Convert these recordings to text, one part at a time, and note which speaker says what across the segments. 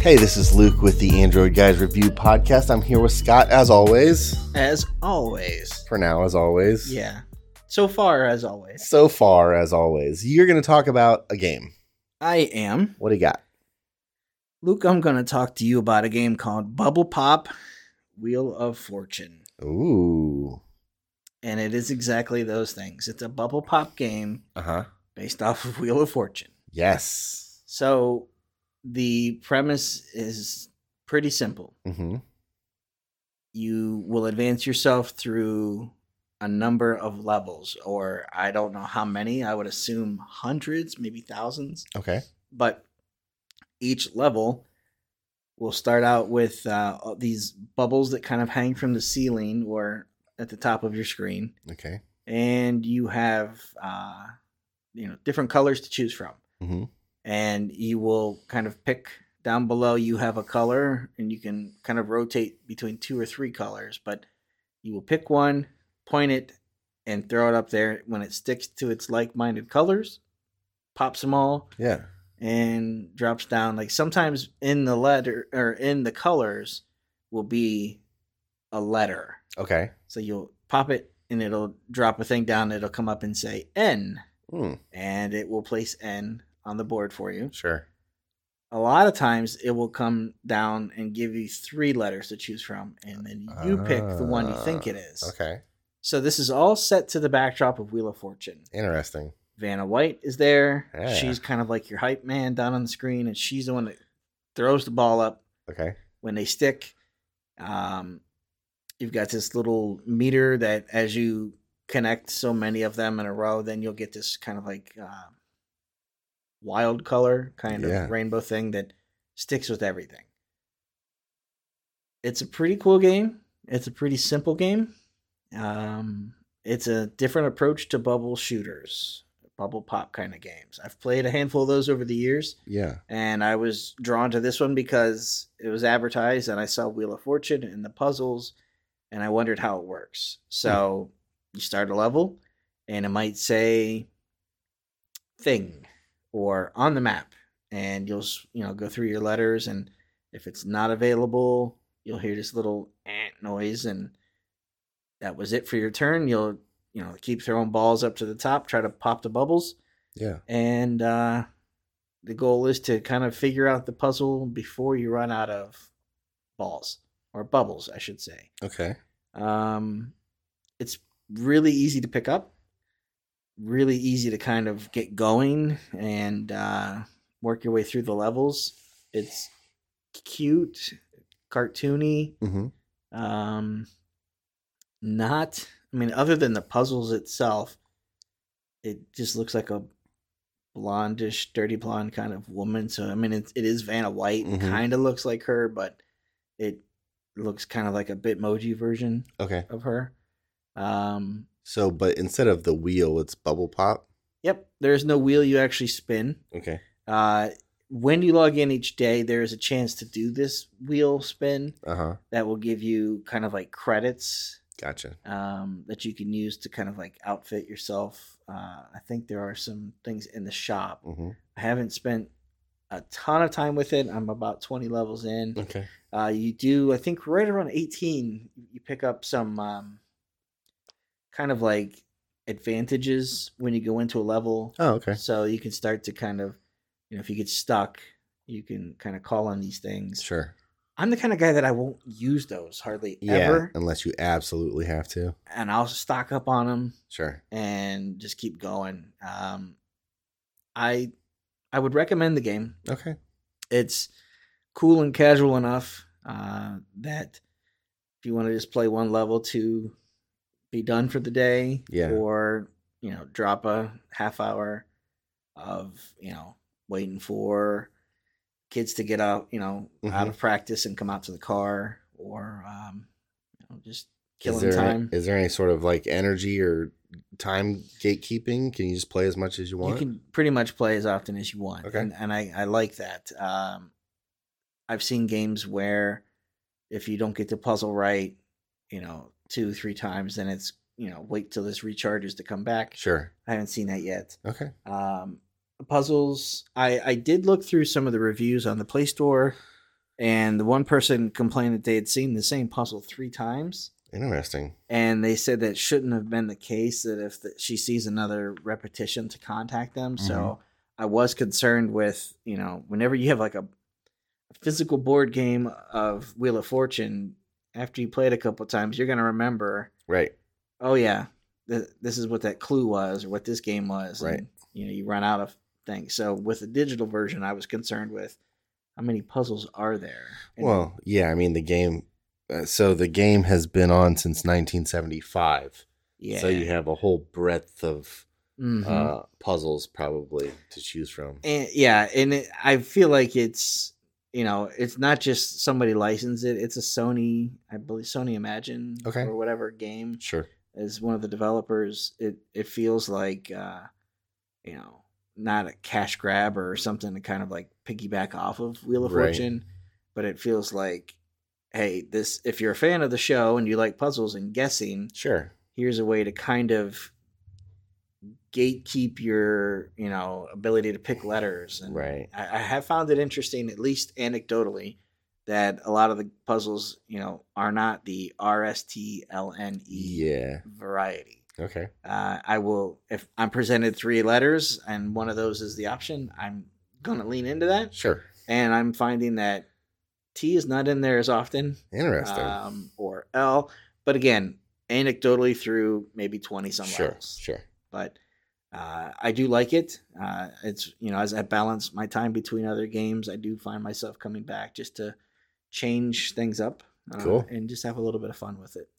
Speaker 1: Hey, this is Luke with the Android Guys Review Podcast. I'm here with Scott, as always.
Speaker 2: As always.
Speaker 1: For now, as always.
Speaker 2: Yeah. So far, as always.
Speaker 1: So far, as always. You're going to talk about a game.
Speaker 2: I am.
Speaker 1: What do you got?
Speaker 2: Luke, I'm going to talk to you about a game called Bubble Pop Wheel of Fortune.
Speaker 1: Ooh.
Speaker 2: And it is exactly those things. It's a bubble pop game
Speaker 1: Uh huh.
Speaker 2: based off of Wheel of Fortune.
Speaker 1: Yes.
Speaker 2: So the premise is pretty simple.
Speaker 1: Mm-hmm.
Speaker 2: you will advance yourself through a number of levels, or I don't know how many. I would assume hundreds, maybe thousands.
Speaker 1: Okay.
Speaker 2: But each level will start out with uh, all these bubbles that kind of hang from the ceiling or at the top of your screen,
Speaker 1: Okay.
Speaker 2: and you have uh, you know different colors to choose from
Speaker 1: Mm-hmm.
Speaker 2: and you will kind of pick down below you have a color and you can kind of rotate between two or three colors but you will pick one point it and throw it up there when it sticks to its like-minded colors pops them all
Speaker 1: Yeah.
Speaker 2: and drops down like sometimes in the letter or in the colors will be a letter
Speaker 1: Okay.
Speaker 2: so you'll pop it and it'll drop a thing down it'll come up and say n
Speaker 1: Mm,
Speaker 2: and it will place n on the board for you
Speaker 1: sure.
Speaker 2: a lot of times it will come down and give you three letters to choose from and then you pick the one you think it is
Speaker 1: Okay.
Speaker 2: so this is all set to the backdrop of wheel of fortune
Speaker 1: Interesting.
Speaker 2: vanna white is there
Speaker 1: Yeah.
Speaker 2: she's kind of like your hype man down on the screen and she's the one that throws the ball up
Speaker 1: Okay.
Speaker 2: when they stick um, you've got this little meter that as you connect so many of them in a row then you'll get this kind of like uh, wild color kind
Speaker 1: Yeah.
Speaker 2: of rainbow thing that sticks with everything it's a pretty cool game it's a pretty simple game um, it's a different approach to bubble shooters bubble pop kind of games i've played a handful of those over the years
Speaker 1: Yeah.
Speaker 2: and I was drawn to this one because it was advertised and I saw Wheel of Fortune and the puzzles and I wondered how it works. So you start a level and it might say thing or on the map and you'll s- you know go through your letters and if it's not available you'll hear this little ant noise and that was it for your turn you'll you know keep throwing balls up to the top try to pop the bubbles
Speaker 1: Yeah.
Speaker 2: and uh, the goal is to kind of figure out the puzzle before you run out of balls or bubbles, I should say.
Speaker 1: Okay.
Speaker 2: Um, it's really easy to pick up, really easy to kind of get going and uh, work your way through the levels. It's cute, cartoony
Speaker 1: Mm-hmm.
Speaker 2: um not i mean other than the puzzles itself it just looks like a blondish dirty blonde kind of woman so i mean it, it is vanna white
Speaker 1: Mhm.
Speaker 2: kind of looks like her but it looks kind of like a bitmoji version
Speaker 1: Okay.
Speaker 2: of her um
Speaker 1: So, but instead of the wheel, it's bubble pop.
Speaker 2: yep there's no wheel you actually spin
Speaker 1: Okay.
Speaker 2: uh when you log in each day there is a chance to do this wheel spin
Speaker 1: Uh huh.
Speaker 2: that will give you kind of like credits
Speaker 1: Gotcha.
Speaker 2: um, that you can use to kind of like outfit yourself. Uh, I think there are some things in the shop.
Speaker 1: Mm-hmm.
Speaker 2: I haven't spent a ton of time with it. I'm about 20 levels in.
Speaker 1: Okay.
Speaker 2: Uh, you do, I think, right around 18, you pick up some um, kind of like advantages when you go into a level.
Speaker 1: Oh, okay.
Speaker 2: So you can start to kind of, you know, if you get stuck, you can kind of call on these things.
Speaker 1: Sure.
Speaker 2: I'm the kind of guy that I won't use those hardly
Speaker 1: Yeah.
Speaker 2: ever,
Speaker 1: Unless you absolutely have to.
Speaker 2: and I'll stock up on them.
Speaker 1: Sure.
Speaker 2: and just keep going. Um, I I would recommend the game.
Speaker 1: Okay.
Speaker 2: It's cool and casual enough uh, that if you want to just play one level to be done for the day,
Speaker 1: Yeah.
Speaker 2: or you know, drop a half hour of you know waiting for kids to get out, you know, out
Speaker 1: Mhm.
Speaker 2: of practice and come out to the car, or um, you know,
Speaker 1: is
Speaker 2: just killing
Speaker 1: there,
Speaker 2: time.
Speaker 1: Is there any sort of like energy or time gatekeeping? Can you just play as much as you want?
Speaker 2: You can pretty much play as often as you want.
Speaker 1: Okay.
Speaker 2: And, and I, I like that. Um, I've seen games where if you don't get the puzzle right, you know, two, three times, then it's, you know, wait till this recharges to come back.
Speaker 1: sure.
Speaker 2: I haven't seen that yet.
Speaker 1: Okay.
Speaker 2: Um, the puzzles, I, I did look through some of the reviews on the Play Store and the one person complained that they had seen the same puzzle three times
Speaker 1: Interesting.
Speaker 2: and they said that shouldn't have been the case that if the, she sees another repetition to contact them
Speaker 1: Mm-hmm.
Speaker 2: so i was concerned with you know whenever you have like a physical board game of wheel of fortune after you play it a couple times you're going to remember
Speaker 1: Right.
Speaker 2: oh yeah th- this is what that clue was or what this game was
Speaker 1: Right.
Speaker 2: and, you know you run out of things so with the digital version i was concerned with how many puzzles are there And
Speaker 1: Well, yeah, I mean the game. Uh, so the game has been on since 1975.
Speaker 2: yeah
Speaker 1: So you have a whole breadth of
Speaker 2: Mhm.
Speaker 1: uh, puzzles probably to choose from.
Speaker 2: and yeah, and it, I feel like it's you know it's not just somebody licensed it; it's a Sony, I believe Sony Imagine
Speaker 1: Okay.
Speaker 2: or whatever game
Speaker 1: Sure.
Speaker 2: is one of the developers. It it feels like uh, you know not a cash grab or something to kind of like piggyback off of Wheel of
Speaker 1: Right.
Speaker 2: Fortune, but it feels like hey, this if you're a fan of the show and you like puzzles and guessing,
Speaker 1: Sure.
Speaker 2: here's a way to kind of gatekeep your you know ability to pick letters and
Speaker 1: Right.
Speaker 2: I, I have found it interesting at least anecdotally that a lot of the puzzles you know are not the rstlne
Speaker 1: Yeah.
Speaker 2: E variety
Speaker 1: Okay.
Speaker 2: uh, i will if i'm presented three letters and one of those is the option i'm gonna lean into that
Speaker 1: Sure.
Speaker 2: and i'm finding that t is not in there as often
Speaker 1: Interesting.
Speaker 2: um, or L. But again, anecdotally through maybe 20 some
Speaker 1: sure.
Speaker 2: levels.
Speaker 1: Sure.
Speaker 2: But uh, I do like it. Uh, it's, you know, as I balance my time between other games, I do find myself coming back just to change things up uh,
Speaker 1: Cool.
Speaker 2: and just have a little bit of fun with it.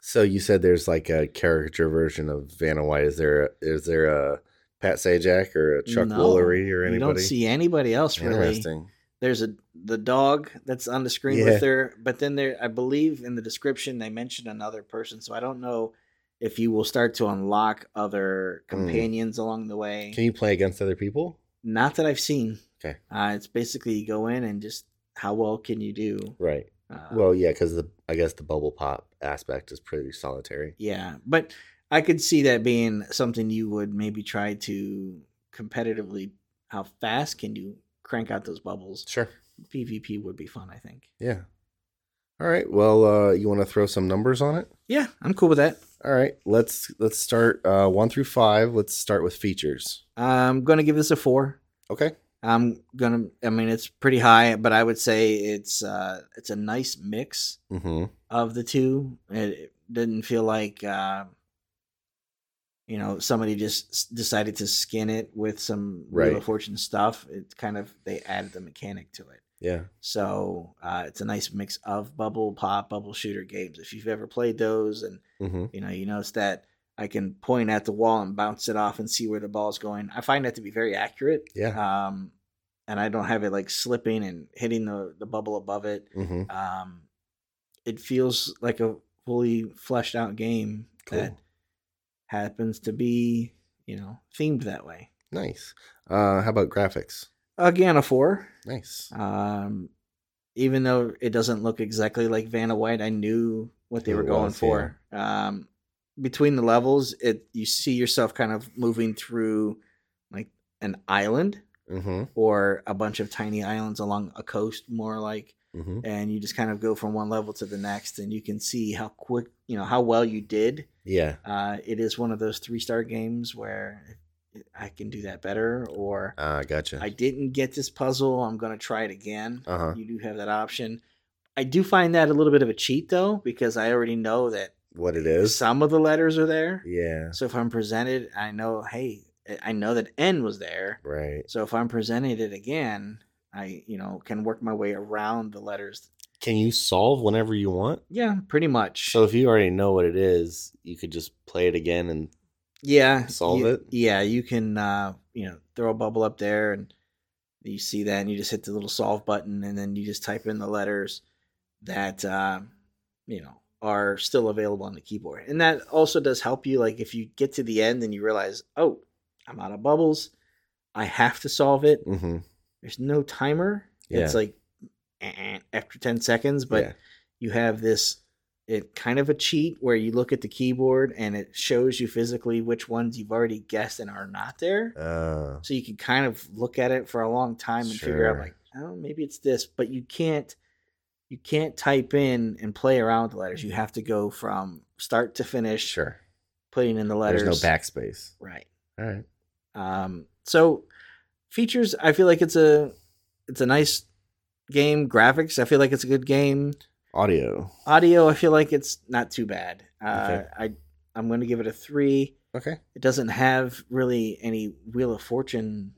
Speaker 1: So you said there's like a caricature version of Vanna White. Is there is there a Pat Sajak or a Chuck
Speaker 2: No,
Speaker 1: Woolery or anybody?
Speaker 2: You don't see anybody else really.
Speaker 1: Interesting.
Speaker 2: There's a the dog that's on the screen
Speaker 1: Yeah.
Speaker 2: with her, but then there, I believe in the description they mentioned another person. So I don't know if you will start to unlock other companions along the way.
Speaker 1: Hmm. Can you play against other people?
Speaker 2: Not that I've seen.
Speaker 1: Okay.
Speaker 2: Uh, it's basically you go in and just how well can you do?
Speaker 1: Right.
Speaker 2: Uh,
Speaker 1: Well, yeah, because the I guess the bubble pop aspect is pretty solitary.
Speaker 2: yeah, but I could see that being something you would maybe try to competitively. How fast can you crank out those bubbles?
Speaker 1: Sure.
Speaker 2: PvP would be fun, I think.
Speaker 1: Yeah. All right. Well, uh, you want to throw some numbers on it?
Speaker 2: Yeah, I'm cool with that.
Speaker 1: All right. Let's let's start uh, one through five. Let's start with features.
Speaker 2: I'm gonna give this a four.
Speaker 1: Okay.
Speaker 2: I'm gonna. I mean, it's pretty high, but I would say it's uh, it's a nice mix.
Speaker 1: Mm-hmm.
Speaker 2: of the two. It didn't feel like, uh, you know, somebody just s- decided to skin it with some Wheel
Speaker 1: Right.
Speaker 2: of Fortune stuff. It kind of they added the mechanic to it.
Speaker 1: Yeah.
Speaker 2: So uh, it's a nice mix of bubble pop, bubble shooter games. If you've ever played those, and
Speaker 1: Mm-hmm.
Speaker 2: you know, you notice that I can point at the wall and bounce it off and see where the ball's going. I find that to be very accurate.
Speaker 1: Yeah.
Speaker 2: Um, and I don't have it like slipping and hitting the the bubble above it
Speaker 1: Mm-hmm.
Speaker 2: um, it feels like a fully fleshed out game that
Speaker 1: Cool.
Speaker 2: happens to be you know themed that way
Speaker 1: Nice. Uh, how about graphics?
Speaker 2: again a four
Speaker 1: Nice.
Speaker 2: um, even though it doesn't look exactly like vanna white i knew what they
Speaker 1: Who
Speaker 2: were
Speaker 1: it
Speaker 2: going
Speaker 1: was,
Speaker 2: for um, between the levels it you see yourself kind of moving through like an island
Speaker 1: Mm-hmm.
Speaker 2: or a bunch of tiny islands along a coast more like
Speaker 1: Mm-hmm.
Speaker 2: and you just kind of go from one level to the next and you can see how quick you know how well you did
Speaker 1: Yeah.
Speaker 2: uh, it is one of those three star games where i can do that better or
Speaker 1: Uh, gotcha.
Speaker 2: i didn't get this puzzle i'm going to try it again
Speaker 1: Uh-huh.
Speaker 2: you do have that option i do find that a little bit of a cheat though because i already know that
Speaker 1: what it is?
Speaker 2: some of the letters are there
Speaker 1: Yeah.
Speaker 2: so if i'm presented i know hey i know that n was there
Speaker 1: Right.
Speaker 2: so if i'm presented it again i you know can work my way around the letters
Speaker 1: Can you solve whenever you want?
Speaker 2: yeah pretty much
Speaker 1: So if you already know what it is, you could just play it again and
Speaker 2: yeah
Speaker 1: solve
Speaker 2: you-
Speaker 1: it?
Speaker 2: yeah you can uh you know throw a bubble up there and you see that and you just hit the little solve button and then you just type in the letters that uh, you know are still available on the keyboard and that also does help you like if you get to the end and you realize oh i'm out of bubbles i have to solve it
Speaker 1: Mm-hmm.
Speaker 2: there's no timer
Speaker 1: Yeah.
Speaker 2: it's like eh, eh, after 10 seconds but
Speaker 1: yeah.
Speaker 2: you have this it kind of a cheat where you look at the keyboard and it shows you physically which ones you've already guessed and are not there.
Speaker 1: Uh,
Speaker 2: So you can kind of look at it for a long time and figure out
Speaker 1: Sure.
Speaker 2: like, oh, maybe it's this, but you can't you can't type in and play around with the letters. You have to go from start to finish
Speaker 1: sure.
Speaker 2: putting in the letters.
Speaker 1: There's no backspace.
Speaker 2: Right.
Speaker 1: All right.
Speaker 2: Um, so features, I feel like it's a it's a nice game. Graphics, I feel like it's a good game.
Speaker 1: Audio.
Speaker 2: Audio, I feel like it's not too bad. Uh,
Speaker 1: Okay.
Speaker 2: I I'm going to give it a three.
Speaker 1: Okay.
Speaker 2: It doesn't have really any Wheel of Fortune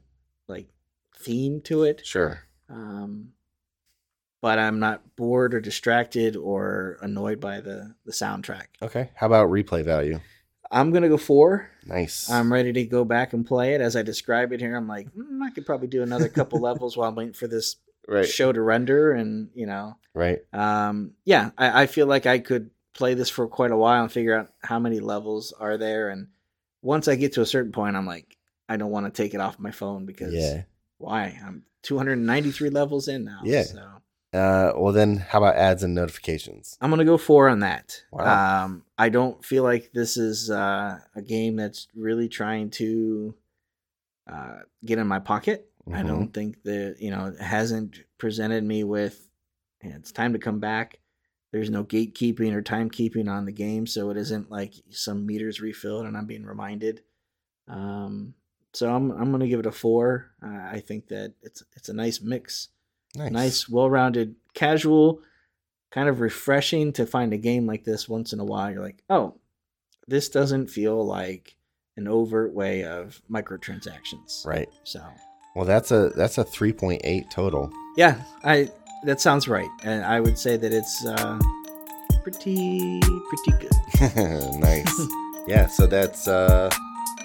Speaker 2: like theme to it,
Speaker 1: Sure.
Speaker 2: um, but I'm not bored or distracted or annoyed by the the soundtrack.
Speaker 1: Okay. How about replay value?
Speaker 2: I'm gonna go four.
Speaker 1: Nice.
Speaker 2: I'm ready to go back and play it. As I describe it here, I'm like, mm, I could probably do another couple levels while I'm waiting for this
Speaker 1: right.
Speaker 2: show to render. And, you know,
Speaker 1: Right.
Speaker 2: um, yeah, I, I feel like I could play this for quite a while and figure out how many levels are there. And once I get to a certain point, I'm like, I don't want to take it off my phone because
Speaker 1: Yeah.
Speaker 2: why? I'm 293 levels in now.
Speaker 1: Yeah.
Speaker 2: So
Speaker 1: Uh, well, then how about ads and notifications?
Speaker 2: I'm going to go four on that.
Speaker 1: Wow.
Speaker 2: Um, I don't feel like this is uh, a game that's really trying to uh, get in my pocket. I
Speaker 1: Mhm.
Speaker 2: don't think that you know it hasn't presented me with "Hey, it's time to come back. There's no gatekeeping or timekeeping on the game, so it isn't like some meters refilled and I'm being reminded. Um, so I'm I'm gonna give it a four. Uh, I think that it's it's a nice mix,
Speaker 1: Nice.
Speaker 2: nice well-rounded, casual, kind of refreshing to find a game like this once in a while. You're like, oh, this doesn't feel like an overt way of microtransactions.
Speaker 1: Right.
Speaker 2: So.
Speaker 1: Well, that's a that's a 3.8 total.
Speaker 2: Yeah, I that sounds right, and I would say that it's uh, pretty pretty good.
Speaker 1: nice. yeah. So that's uh,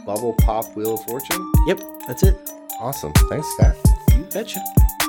Speaker 1: Bubble Pop Wheel of Fortune.
Speaker 2: Yep, that's it.
Speaker 1: Awesome. Thanks, Scott.
Speaker 2: You betcha.